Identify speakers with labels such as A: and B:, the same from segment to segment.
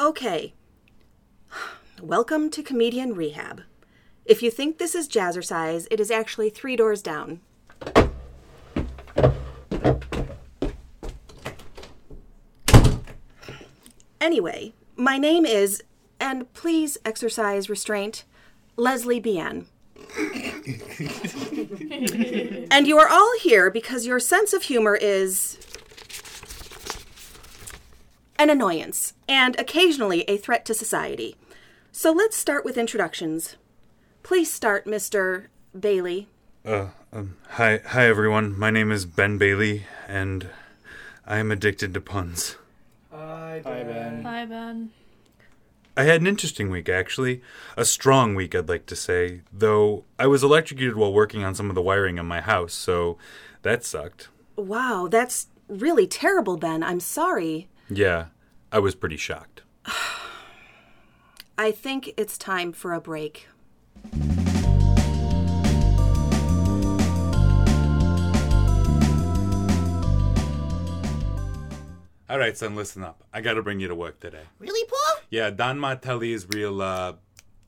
A: Okay. Welcome to Comedian Rehab. If you think this is jazzercise, it is actually three doors down. Anyway, my name is, and please exercise restraint, Leslie Bian. and you are all here because your sense of humor is an annoyance, and occasionally a threat to society. So let's start with introductions. Please start, Mr. Bailey.
B: Hi, hi everyone. My name is Ben Bailey, and I am addicted to puns.
C: Hi, Ben.
B: I had an interesting week, actually. A strong week, I'd like to say, though I was electrocuted while working on some of the wiring in my house, so that sucked.
A: Wow, that's really terrible, Ben. I'm sorry.
B: Yeah, I was pretty shocked.
A: I think it's time for a break.
B: All right, son, listen up. I gotta bring you to work today.
D: Really, Paul?
B: Yeah, Don Martelli is real uh,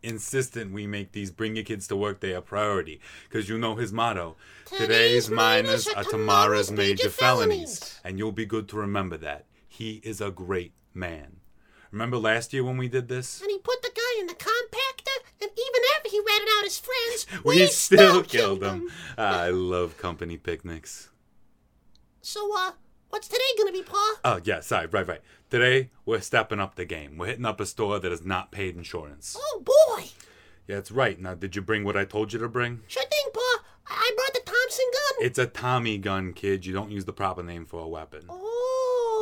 B: insistent we make these bring your kids to work day a priority, because you know his motto Today's minors are tomorrow's major felonies. And you'll be good to remember that. He is a great man. Remember last year when we did this?
D: And he put the guy in the compactor, and even after he ratted out his friends,
B: We, still killed him. Ah, I love company picnics.
D: So, uh, what's today gonna be, Paul?
B: Oh, yeah, sorry, right, right. Today, we're stepping up the game. We're hitting up a store that has not paid insurance.
D: Oh boy!
B: Yeah, that's right. Now, did you bring what I told you to bring?
D: Sure thing, Paul. I, I brought the Thompson gun.
B: It's a Tommy gun, kid. You don't use the proper name for a weapon.
D: oh,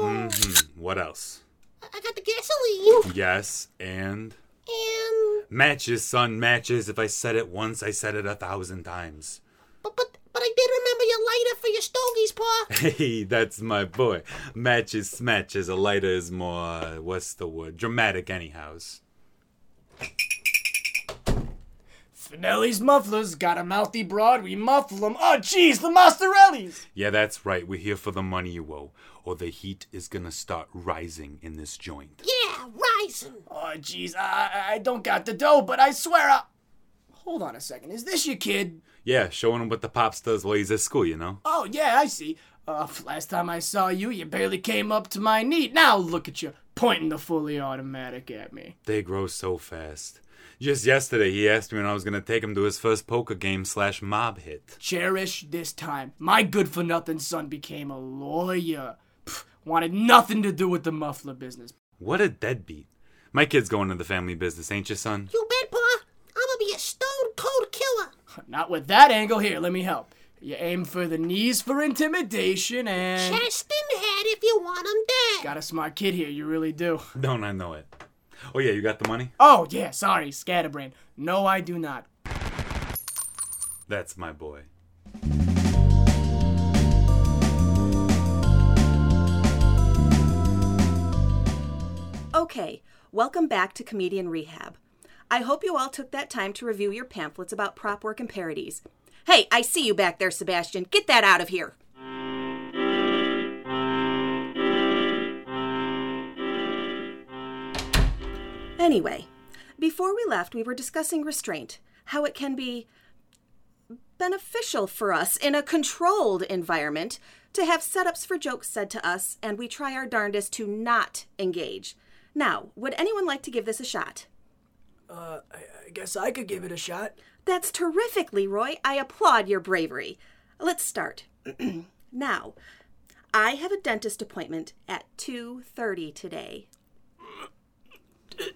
B: Hmm, what else?
D: I-, I got the gasoline
B: Yes, and
D: and
B: matches, son, matches. If I said it once, I said it a thousand times.
D: but but but I did remember your lighter for your stogies, Paul.
B: Hey, that's my boy. Matches, smatches. A lighter is more, uh, what's the word? Dramatic, anyhows.
E: Finelli's mufflers got a mouthy broad. We muffle 'em. Oh, jeez, the mozzarellas.
B: Yeah, that's right. We're here for the money you owe, or the heat is gonna start rising in this joint.
D: yeah, rising.
E: Oh, jeez, I, I- I don't got the dough, but I swear I. Hold on a second. Is this your kid?
B: Yeah, showing him what the pops does while he's at school, you know?
E: Oh, yeah, I see. Uh, last time I saw you, you barely came up to my knee. Now look at you, pointing the fully automatic at me.
B: They grow so fast. Just yesterday, he asked me when I was gonna take him to his first poker game slash mob hit.
E: Cherish this time. My good for nothing son became a lawyer. Pff, wanted nothing to do with the muffler business.
B: What a deadbeat. My kid's going into the family business, ain't you, son?
D: You bet, Paul. I'm gonna be a stone cold killer.
E: Not with that angle. Here, let me help. You aim for the knees for intimidation and.
D: Chest and head if you want 'em dead.
E: Got a smart kid here, you really do.
B: Don't I know it? Oh, yeah, you got the money?
E: Oh, yeah, sorry, scatterbrain. No, I do not.
B: That's my boy.
A: Okay, welcome back to Comedian Rehab. I hope you all took that time to review your pamphlets about prop work and parodies. Hey, I see you back there, Sebastian. Get that out of here. Anyway, before we left, we were discussing restraint, how it can be beneficial for us in a controlled environment to have setups for jokes said to us, and we try our darndest to not engage. Now, would anyone like to give this a shot?
E: I guess I could give it a shot.
A: That's terrific, Leroy. I applaud your bravery. Let's start. now, I have a dentist appointment at 2:30 today.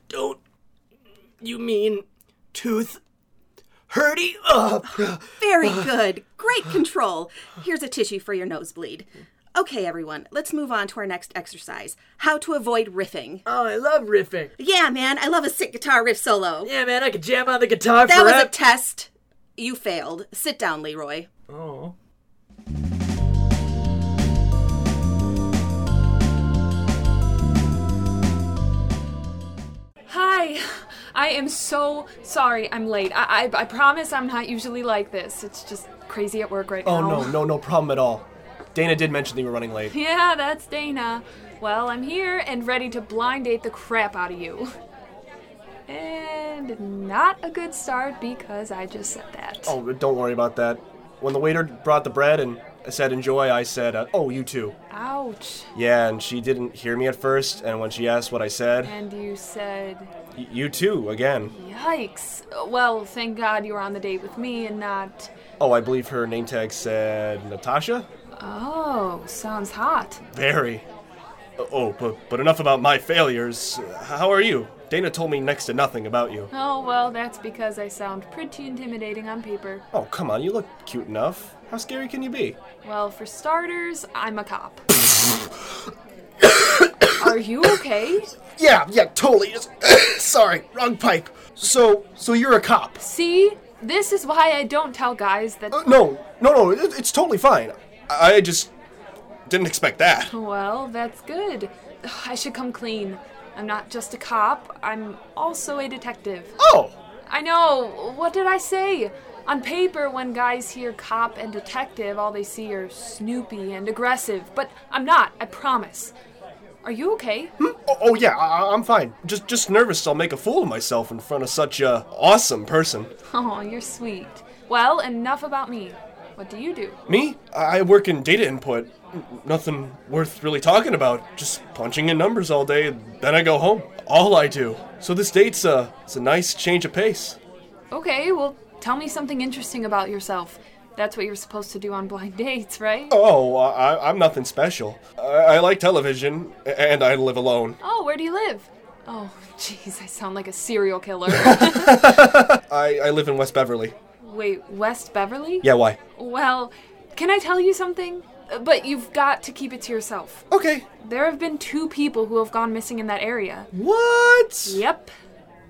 E: Don't. You mean. Tooth. Hurdy up!
A: Very good. Great control. Here's a tissue for your nosebleed. Okay, everyone, let's move on to our next exercise. How to avoid riffing.
F: Oh, I love riffing.
A: Yeah, man, I love a sick guitar riff solo.
F: Yeah, man, I could jam on the guitar
A: That
F: for
A: was a test. You failed. Sit down, Leroy.
F: oh.
C: Hi. I am so sorry I'm late. I, I I promise I'm not usually like this. It's just crazy at work right
E: Oh,
C: now.
E: no, no, no problem at all.
G: Dana did mention that you were running late.
C: Yeah, that's Dana. Well, I'm here and ready to blind date the crap out of you. And not a good start because I just said that.
G: Oh, but don't worry about that. When the waiter brought the bread and said enjoy, I said, uh, "Oh, you too."
C: Ouch.
G: Yeah, and she didn't hear me at first, and when she asked what I said,
C: And you said,
G: "Y- "You too" again.
C: yikes. Well, thank God you were on the date with me and not.
G: Oh, I believe her name tag said Natasha.
C: Oh, sounds hot.
G: Very. Oh, but but enough about my failures. How are you? Dana told me next to nothing about you.
C: Oh, well, that's because I sound pretty intimidating on paper.
G: Oh, come on, you look cute enough. How scary can you be?
C: Well, for starters, I'm a cop. Are you okay?
G: Yeah, yeah, totally. Just, sorry, wrong pipe. So, so you're a cop?
C: See? This is why I don't tell guys that.
G: Uh, No, no, no. It, it's totally fine. I, I just didn't expect that.
C: Well, that's good. Ugh, I should come clean. I'm not just a cop, I'm also a detective.
G: Oh,
C: I know. What did I say? On paper, when guys hear cop and detective, all they see are snoopy and aggressive, but I'm not, I promise. Are you okay?
G: oh, oh, yeah. I, I'm fine. Just, just nervous. I'll make a fool of myself in front of such a awesome person.
C: Oh, you're sweet. Well, enough about me. What do you do?
G: Me? I I work in data input. N- Nothing worth really talking about. Just punching in numbers all day, then I go home. All I do. So this date's a, it's a nice change of pace.
C: Okay, well, tell me something interesting about yourself. That's what you're supposed to do on blind dates, right?
G: Oh, I, I- I'm nothing special. I, I like television, a- and I live alone.
C: Oh, where do you live? Oh, jeez, I sound like a serial killer.
G: I, I live in West Beverly.
C: Wait, West Beverly?
G: Yeah, why?
C: Well, can I tell you something? Uh, But you've got to keep it to yourself.
G: Okay.
C: There have been two people who have gone missing in that area.
G: What?
C: Yep.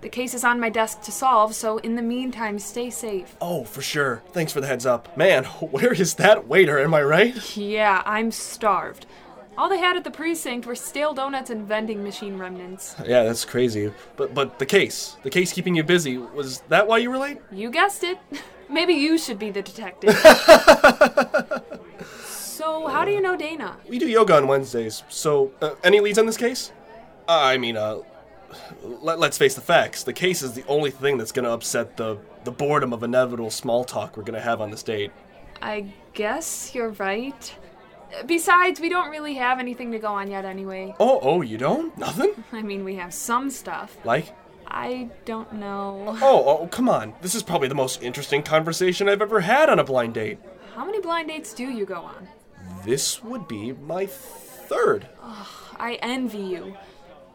C: The case is on my desk to solve, so in the meantime, stay safe.
G: Oh, for sure. Thanks for the heads up. Man, where is that waiter? Am I right?
C: Yeah, I'm starved. All they had at the precinct were stale donuts and vending machine remnants.
G: Yeah, that's crazy. But but the case, the case keeping you busy, was that why you were late?
C: You guessed it. Maybe you should be the detective. so, how do you know Dana?
G: We do yoga on Wednesdays, so uh, any leads on this case? Uh, I mean, uh, let, let's face the facts. The case is the only thing that's gonna upset the the boredom of inevitable small talk we're gonna have on this date.
C: I guess you're right. Besides, we don't really have anything to go on yet anyway.
G: Oh, oh, you don't? Nothing?
C: I mean, we have some stuff.
G: Like?
C: I don't know.
G: Oh, oh, come on. This is probably the most interesting conversation I've ever had on a blind date.
C: How many blind dates do you go on?
G: This would be my third.
C: I envy you.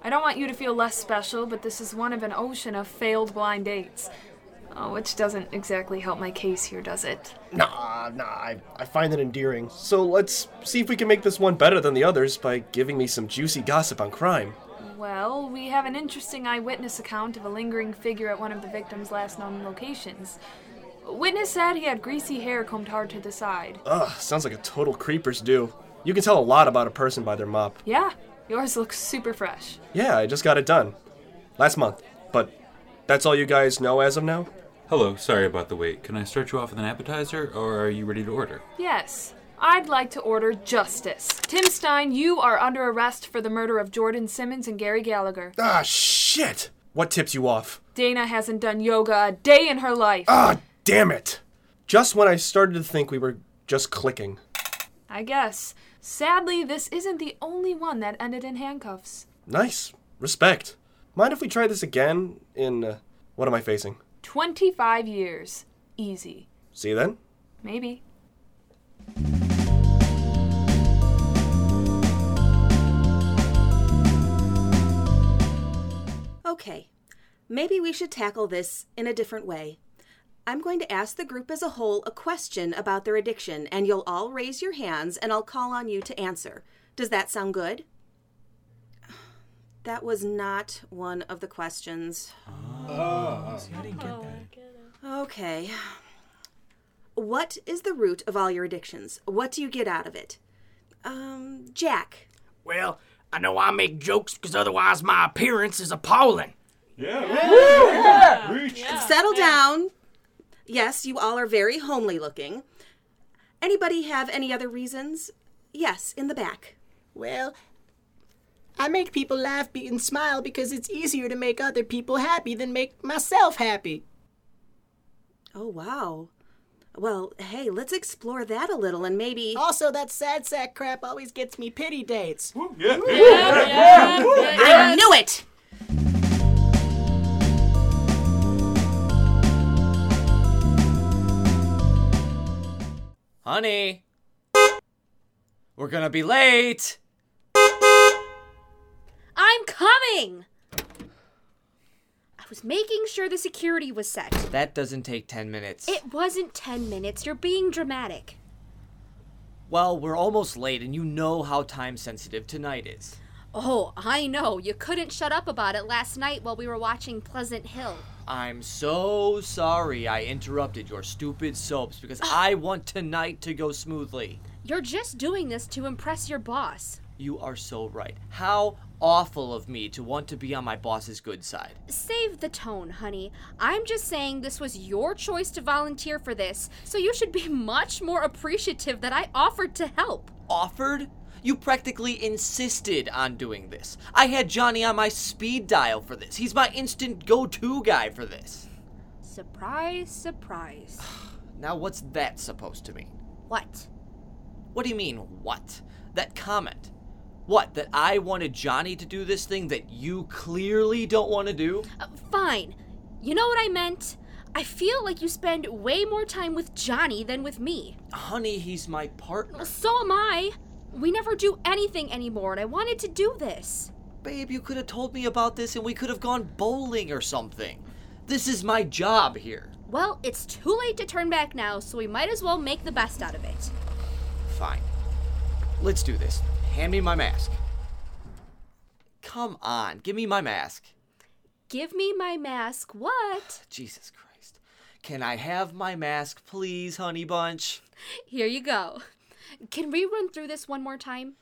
C: I don't want you to feel less special, but this is one of an ocean of failed blind dates. Oh, which doesn't exactly help my case here, does it?
G: Nah, nah, I, I find it endearing. So let's see if we can make this one better than the others by giving me some juicy gossip on crime.
C: Well, we have an interesting eyewitness account of a lingering figure at one of the victim's last known locations. Witness said he had greasy hair combed hard to the side.
G: Ugh, sounds like a total creeper's do. You can tell a lot about a person by their mop.
C: Yeah, yours looks super fresh.
G: Yeah, I just got it done. Last month. But that's all you guys know as of now?
B: Hello, sorry about the wait. Can I start you off with an appetizer, or are you ready to order?
C: Yes, I'd like to order justice. Tim Stein, you are under arrest for the murder of Jordan Simmons and Gary Gallagher.
G: Ah, shit! What tips you off?
C: Dana hasn't done yoga a day in her life.
G: Ah, damn it! Just when I started to think we were just clicking.
C: I guess. Sadly, this isn't the only one that ended in handcuffs.
G: Nice. Respect. Mind if we try this again in. Uh, what am I facing?
C: 25 years. Easy.
G: See you then?
C: Maybe.
A: Okay, maybe we should tackle this in a different way. I'm going to ask the group as a whole a question about their addiction, and you'll all raise your hands and I'll call on you to answer. Does that sound good? That was not one of the questions. Okay. What is the root of all your addictions? What do you get out of it? Um, Jack.
E: Well, I know I make jokes because otherwise my appearance is appalling.
A: Uh, settle down. Yes, you all are very homely looking. Anybody have any other reasons? Yes, in the back.
H: Well, I make people laugh be- and smile because it's easier to make other people happy than make myself happy.
A: Oh, wow. Well, hey, let's explore that a little and maybe.
H: Also, that sad sack crap always gets me pity dates.
A: I knew it!
I: Honey, we're gonna be late.
J: I'm coming! I was making sure the security was set.
I: That doesn't take 10 minutes.
J: It wasn't 10 minutes. You're being dramatic.
I: well, we're almost late, and you know how time sensitive tonight is.
J: Oh, I know. You couldn't shut up about it last night while we were watching Pleasant Hill.
I: I'm so sorry I interrupted your stupid soaps because I want tonight to go smoothly.
J: You're just doing this to impress your boss.
I: You are so right. How awful of me to want to be on my boss's good side.
J: Save the tone, honey. I'm just saying this was your choice to volunteer for this, so you should be much more appreciative that I offered to help.
I: Offered? You practically insisted on doing this. I had Johnny on my speed dial for this. He's my instant go to guy for this.
J: Surprise, surprise.
I: Now, what's that supposed to mean?
J: What?
I: What do you mean, what? That comment. What, that I wanted Johnny to do this thing that you clearly don't want to do?
J: Uh, fine. You know what I meant? I feel like you spend way more time with Johnny than with me.
I: Honey, he's my partner.
J: So am I. We never do anything anymore, and I wanted to do this.
I: Babe, you could have told me about this and we could have gone bowling or something. This is my job here.
J: Well, it's too late to turn back now, so we might as well make the best out of it.
I: Fine. Let's do this. Hand me my mask. Come on, give me my mask.
J: Give me my mask. What?
I: Jesus Christ. Can I have my mask, please, honey bunch?
J: Here you go. Can we run through this one more time?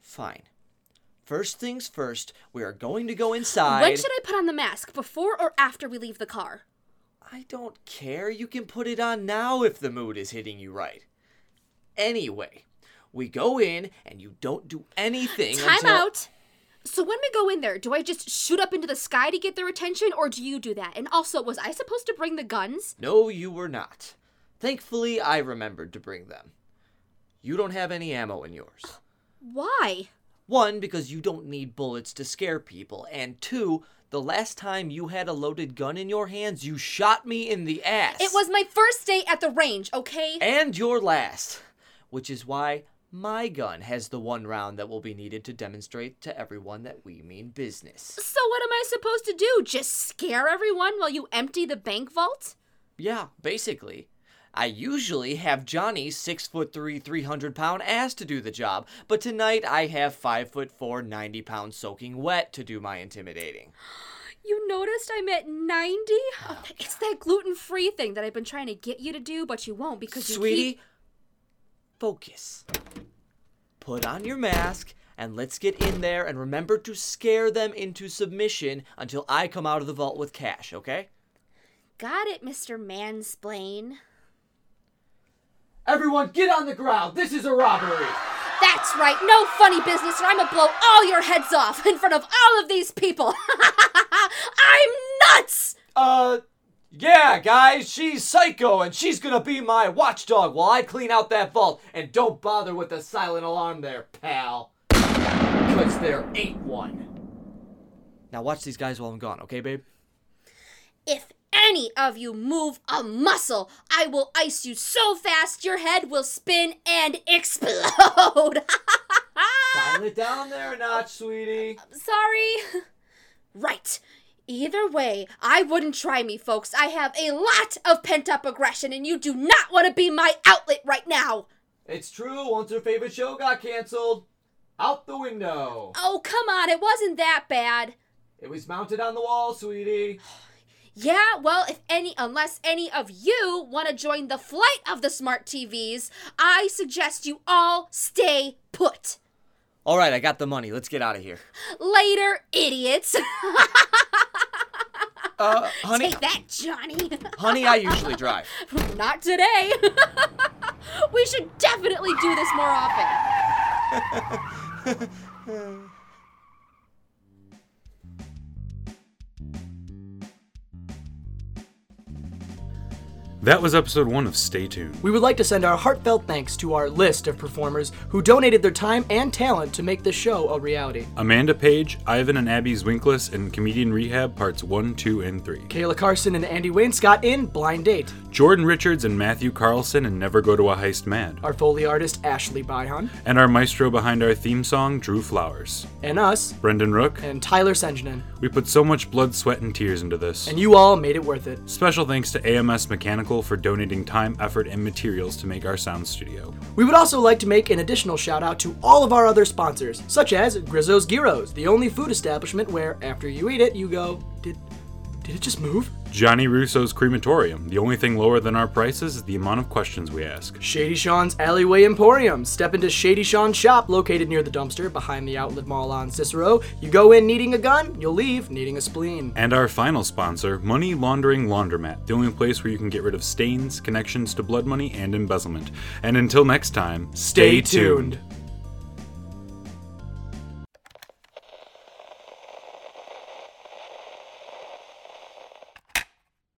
I: Fine. First things first, we are going to go inside.
J: When should I put on the mask? Before or after we leave the car?
I: I don't care. You can put it on now if the mood is hitting you right. Anyway, we go in and you don't do anything
J: Time
I: until
J: out! So when we go in there, do I just shoot up into the sky to get their attention, or do you do that? And also, was I supposed to bring the guns?
I: No, you were not. Thankfully, I remembered to bring them. You don't have any ammo in yours.
J: Why?
I: One, because you don't need bullets to scare people, and two, the last time you had a loaded gun in your hands, you shot me in the ass.
J: It was my first day at the range, okay?
I: and your last, which is why my gun has the one round that will be needed to demonstrate to everyone that we mean business.
J: So what am I supposed to do? Just scare everyone while you empty the bank vault?
I: Yeah, basically. I usually have Johnny's six foot three, three hundred pound ass to do the job, but tonight I have five foot four, ninety pound soaking wet to do my intimidating.
J: You noticed I'm at 90? it's Oh, that gluten-free thing that I've been trying to get you to do, but you won't because you
I: Sweetie,
J: keep...
I: focus. Put on your mask and let's get in there and remember to scare them into submission until I come out of the vault with cash, okay?
J: Got it, Mr. Mansplain.
F: Everyone, get on the ground. This is a robbery.
J: That's right, no funny business, or I'm gonna blow all your heads off in front of all of these people. I'm nuts!
I: Uh, yeah, guys, she's psycho and she's gonna be my watchdog while I clean out that vault. And don't bother with the silent alarm there, pal. Because there ain't one. Now watch these guys while I'm gone, okay, babe?
J: If any of you move a muscle, I will ice you so fast your head will spin and explode.
I: Dial it down there a notch, sweetie.
J: Sorry. Right. Either way, I wouldn't try me, folks. I have a lot of pent up aggression, and you do not want to be my outlet right now.
I: It's true, once her favorite show got canceled, out the window.
J: Oh, come on, it wasn't that bad.
I: It was mounted on the wall, sweetie.
J: Yeah, well, if any, unless any of you want to join the flight of the smart TVs, I suggest you all stay put.
I: All right, I got the money. Let's get out of here.
J: Later, idiots.
I: Uh, honey,
J: Take that, Johnny.
I: honey, I usually drive.
J: Not today. We should definitely do this more often.
B: That was episode one of Stay Tuned.
E: We would like to send our heartfelt thanks to our list of performers who donated their time and talent to make this show a reality.
B: Amanda Page, Ivan and Abby Zwinkless, and Comedian Rehab Parts 1, 2, and 3.
E: Kayla Carson and Andy Wainscott in Blind Date.
B: Jordan Richards and Matthew Carlson and Never Go to a Heist Mad.
E: Our Foley artist, Ashley Byhan.
B: And our maestro behind our theme song, Drew Flowers.
E: And us.
B: Brendan Rook.
E: And Tyler Senjinen.
B: We put so much blood, sweat, and tears into this.
E: And you all made it worth it.
B: Special thanks to AMS Mechanical for donating time, effort, and materials to make our sound studio.
E: We would also like to make an additional shout out to all of our other sponsors, such as Grizzo's Gyros, the only food establishment where after you eat it, you go, did, did it just move?
B: Johnny Russo's Crematorium. The only thing lower than our prices is the amount of questions we ask.
E: Shady Sean's Alleyway Emporium. Step into Shady Sean's shop located near the dumpster behind the outlet mall on Cicero. You go in needing a gun, you'll leave needing a spleen.
B: And our final sponsor, Money Laundering Laundromat, the only place where you can get rid of stains, connections to blood money, and embezzlement. And until next time,
E: Stay tuned.